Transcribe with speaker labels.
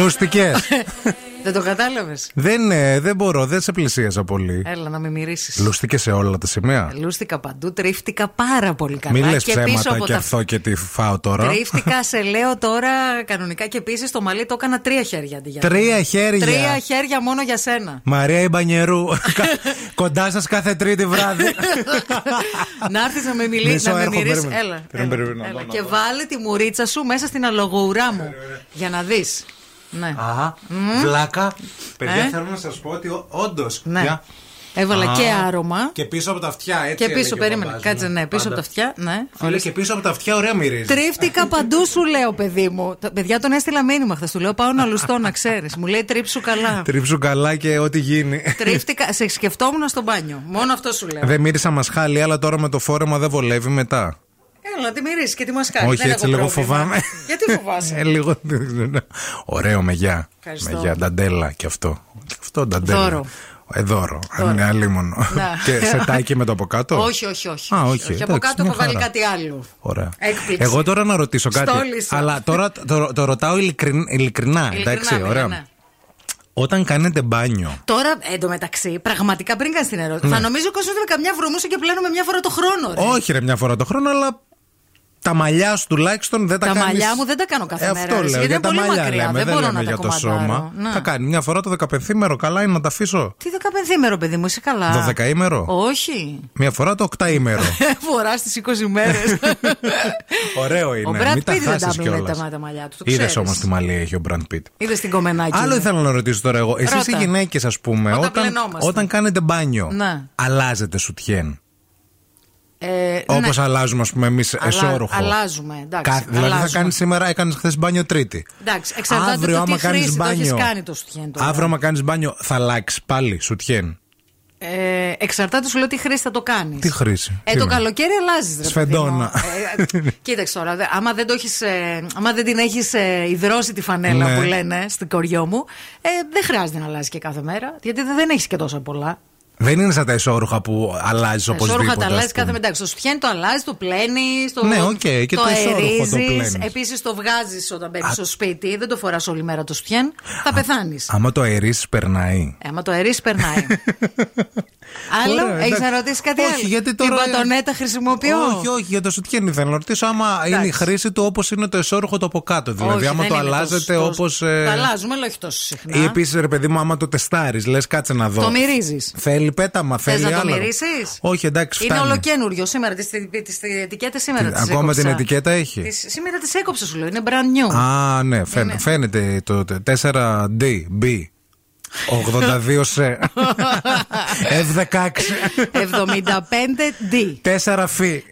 Speaker 1: Λούστηκες.
Speaker 2: Δεν το κατάλαβες.
Speaker 1: δεν, ε, δεν μπορώ, δεν σε πλησίασα πολύ.
Speaker 2: Έλα να με μυρίσει.
Speaker 1: Λούστηκες σε όλα τα σημεία.
Speaker 2: Λούστηκα παντού, τρίφτηκα πάρα πολύ Ε, καλά.
Speaker 1: Μην λες
Speaker 2: και πίσω
Speaker 1: ψέματα
Speaker 2: από
Speaker 1: και
Speaker 2: τα
Speaker 1: αυτό ε. και τι φάω τώρα.
Speaker 2: Τρίφτηκα, σε λέω τώρα κανονικά και επίσης το μαλλί το έκανα τρία χέρια αντί για ένα.
Speaker 1: Τρία χέρια.
Speaker 2: Τρία χέρια μόνο για σένα.
Speaker 1: Μαρία Ιμπανιερού. Κοντά σας κάθε Τρίτη βράδυ.
Speaker 2: να έρθεις να με μιλήσει,
Speaker 1: Μισό,
Speaker 2: να με
Speaker 1: έρχομαι,
Speaker 2: μυρίσει.
Speaker 1: περίμενε.
Speaker 2: Έλα.
Speaker 1: Περίμενε,
Speaker 2: έλα,
Speaker 1: περίμενε, να
Speaker 2: έλα.
Speaker 1: δω, να
Speaker 2: Και
Speaker 1: δω.
Speaker 2: βάλε τη μουρίτσα σου μέσα στην αλογοουρά μου. Για να δεις. Ναι.
Speaker 1: Α, βλάκα. Παιδιά,
Speaker 2: Ε.
Speaker 1: θέλω να σας πω ότι όντως.
Speaker 2: ναι. Έβαλα και άρωμα.
Speaker 1: Και πίσω από τα αυτιά, έτσι.
Speaker 2: Και
Speaker 1: έλεγε
Speaker 2: πίσω,
Speaker 1: ο
Speaker 2: περίμενε.
Speaker 1: μπαμπάς μου.
Speaker 2: Κάτσε, ναι, πίσω από
Speaker 1: Πάντα.
Speaker 2: τα αυτιά. Ναι,
Speaker 1: Φίλε, και πίσω από τα αυτιά ωραία μυρίζει.
Speaker 2: Τρίφτηκα παντού σου λέω, παιδί μου. Τα παιδιά τον έστειλα μήνυμα χθες. Του λέω πάω να λουστώ, να ξέρεις. Μου λέει τρίψου καλά.
Speaker 1: Τρίψου καλά και ό,τι γίνει.
Speaker 2: Τρίφτηκα, σε σκεφτόμουν στο μπάνιο. Μόνο αυτό σου λέω.
Speaker 1: Δεν μύρισα μασχάλη, αλλά τώρα με το φόρεμα δεν βολεύει μετά.
Speaker 2: Έλα, τη μυρίζει και τη μασκάρι.
Speaker 1: Όχι,
Speaker 2: Δεν
Speaker 1: έτσι
Speaker 2: έχω
Speaker 1: λίγο
Speaker 2: πρόβλημα.
Speaker 1: φοβάμαι.
Speaker 2: Γιατί φοβάσαι.
Speaker 1: ε, λίγο. Ωραίο μεγιά.
Speaker 2: Ευχαριστώ.
Speaker 1: Μεγιά, νταντέλα και αυτό. Αυτό νταντέλα.
Speaker 2: Δώρο.
Speaker 1: Ε, δώρο.
Speaker 2: Δώρο.
Speaker 1: Είναι αλίμονο.
Speaker 2: Να.
Speaker 1: και σετάκι με το από κάτω.
Speaker 2: όχι, όχι, όχι.
Speaker 1: Α, όχι,
Speaker 2: όχι. από
Speaker 1: εντάξει,
Speaker 2: κάτω
Speaker 1: μια
Speaker 2: έχω βάλει
Speaker 1: χαρά.
Speaker 2: κάτι άλλο.
Speaker 1: Ωραία.
Speaker 2: Έκπληξη.
Speaker 1: Εγώ τώρα να ρωτήσω κάτι.
Speaker 2: Στόλισα.
Speaker 1: Αλλά τώρα το, το, ρωτάω ειλικριν- ειλικρινά.
Speaker 2: Ειλικρινά,
Speaker 1: Εντάξει,
Speaker 2: παιδιά,
Speaker 1: ωραία.
Speaker 2: ναι.
Speaker 1: Όταν κάνετε μπάνιο.
Speaker 2: Τώρα, εντωμεταξύ, πραγματικά πριν κάνει την ερώτηση, θα νομίζω ο κόσμος ότι με καμιά βρούμουσα και πλένουμε μια φορά το χρόνο. Ρε.
Speaker 1: Ναι. Όχι, ρε, μια φορά το χρόνο, αλλά τα μαλλιά σου τουλάχιστον δεν τα,
Speaker 2: Τα
Speaker 1: κάνεις...
Speaker 2: μαλλιά μου δεν τα κάνω κάθε
Speaker 1: ε,
Speaker 2: μέρα,
Speaker 1: Αυτό
Speaker 2: ρε,
Speaker 1: λέω.
Speaker 2: γιατί
Speaker 1: για
Speaker 2: είναι
Speaker 1: τα
Speaker 2: πολύ
Speaker 1: μαλλιά
Speaker 2: μακριά,
Speaker 1: λέμε,
Speaker 2: δεν
Speaker 1: δεν,
Speaker 2: μπορώ
Speaker 1: λέμε
Speaker 2: να τα
Speaker 1: για το
Speaker 2: κομματάρω.
Speaker 1: σώμα.
Speaker 2: Ναι.
Speaker 1: Τα κάνει μια φορά το 15ήμερο. Καλά είναι να τα αφήσω.
Speaker 2: Τι 15ήμερο, παιδί μου, είσαι καλά.
Speaker 1: Δωδεκαήμερο.
Speaker 2: Όχι. Ε,
Speaker 1: Μια φορά το 8ήμερο.
Speaker 2: Φορά στις 20 μέρες.
Speaker 1: Ωραίο είναι.
Speaker 2: Ο Brad
Speaker 1: Μην τα
Speaker 2: Pitt δεν τα
Speaker 1: χάσεις
Speaker 2: έπλαινε
Speaker 1: κιόλας.
Speaker 2: τα μάτα μαλλιά του. το
Speaker 1: Είδες
Speaker 2: ξέρεις.
Speaker 1: όμως τι μαλλί έχει ο Μπραντ Πιτ.
Speaker 2: Είδες την κομμενάκι.
Speaker 1: Άλλο
Speaker 2: μου.
Speaker 1: ήθελα να ρωτήσω τώρα εγώ. Εσείς οι
Speaker 2: Ρώτα.
Speaker 1: γυναίκες, ας πούμε,
Speaker 2: Όταν
Speaker 1: όταν,
Speaker 2: πλενόμαστε.
Speaker 1: όταν κάνετε μπάνιο,
Speaker 2: Ναι.
Speaker 1: αλλάζετε σουτιέν.
Speaker 2: Ε,
Speaker 1: Όπως
Speaker 2: ναι.
Speaker 1: αλλάζουμε, ας πούμε, εμείς
Speaker 2: Αλλα-
Speaker 1: εσόρουχο.
Speaker 2: αλλάζουμε, εντάξει,
Speaker 1: Κα- Δηλαδή θα
Speaker 2: αλλάζουμε.
Speaker 1: κάνεις σήμερα, έκανες χθες μπάνιο Τρίτη.
Speaker 2: Εντάξει, εξαρτάται
Speaker 1: Αύριο,
Speaker 2: το τι
Speaker 1: άμα κάνεις
Speaker 2: χρήση το έχεις
Speaker 1: μπάνιο.
Speaker 2: κάνει το σουτιέν τώρα.
Speaker 1: Αύριο, άμα κάνεις μπάνιο, θα αλλάξεις πάλι σουτιέν.
Speaker 2: Ε, εξαρτάται σου λέω τι χρήση θα το κάνεις.
Speaker 1: Τι χρήση.
Speaker 2: Ε,
Speaker 1: τι
Speaker 2: το
Speaker 1: είναι.
Speaker 2: καλοκαίρι αλλάζεις.
Speaker 1: Σφεντόνα.
Speaker 2: Ε, κοίταξε τώρα, δε- άμα δεν, το έχεις, ε, άμα δεν την έχεις ε, υδρώσει τη φανέλα
Speaker 1: Ναι.
Speaker 2: που λένε στην κοριό μου, ε, δεν χρειάζεται να αλλάζει και κάθε μέρα. Γιατί δε- δεν έχεις και τόσα πολλά.
Speaker 1: Δεν είναι σαν τα εσόρουχα που αλλάζεις
Speaker 2: Τα
Speaker 1: οπωσδήποτε.
Speaker 2: Εσόρουχα τα
Speaker 1: ας
Speaker 2: αλλάζεις
Speaker 1: πούμε.
Speaker 2: κάθε μετά. Το σουτιέν το αλλάζεις, το πλένεις. Το,
Speaker 1: Ναι, οκ, και το εσόρουχο το πλένεις.
Speaker 2: Επίσης το βγάζεις όταν μπαίνεις στο σπίτι. Δεν το φοράς όλη μέρα το σουτιέν. Θα πεθάνεις.
Speaker 1: Άμα το αερίσει, περνάει.
Speaker 2: Άμα το αερίσει, περνάει. Άλλο,
Speaker 1: Ωραία,
Speaker 2: έχεις να
Speaker 1: εντάξει.
Speaker 2: ρωτήσεις κάτι
Speaker 1: όχι,
Speaker 2: άλλο.
Speaker 1: Γιατί τώρα...
Speaker 2: Την πατονέτα χρησιμοποιώ.
Speaker 1: Όχι, όχι, για το σουτιέν ήθελα να ρωτήσω. Άμα είναι η χρήση του όπως είναι το εσόρουχο το από κάτω. Δηλαδή,
Speaker 2: Όχι,
Speaker 1: άμα
Speaker 2: δεν
Speaker 1: το
Speaker 2: είναι
Speaker 1: αλλάζετε
Speaker 2: τόσο-
Speaker 1: όπω.
Speaker 2: Το αλλάζουμε, αλλά όχι τόσο συχνά.
Speaker 1: Ή επίσης, ρε παιδί μου, άμα το τεστάρεις, λες κάτσε να δω.
Speaker 2: Το μυρίζεις.
Speaker 1: Θέλεις πέταμα,
Speaker 2: Θε
Speaker 1: θέλει
Speaker 2: να το
Speaker 1: άλλο.
Speaker 2: μυρίσεις.
Speaker 1: Όχι, εντάξει,
Speaker 2: Είναι
Speaker 1: φτάνει.
Speaker 2: ολοκένουργιο σήμερα. Τις ετικέτες σήμερα τις
Speaker 1: Ακόμα
Speaker 2: έκοψα.
Speaker 1: την ετικέτα έχει.
Speaker 2: Τις- Σήμερα τις έκοψα, σου λέω. Είναι brand new.
Speaker 1: Α, ναι, φαίν-
Speaker 2: Είναι-
Speaker 1: φαίνεται το τε- 4D, B. 82 σε. F16.
Speaker 2: 75D.
Speaker 1: 4 φι.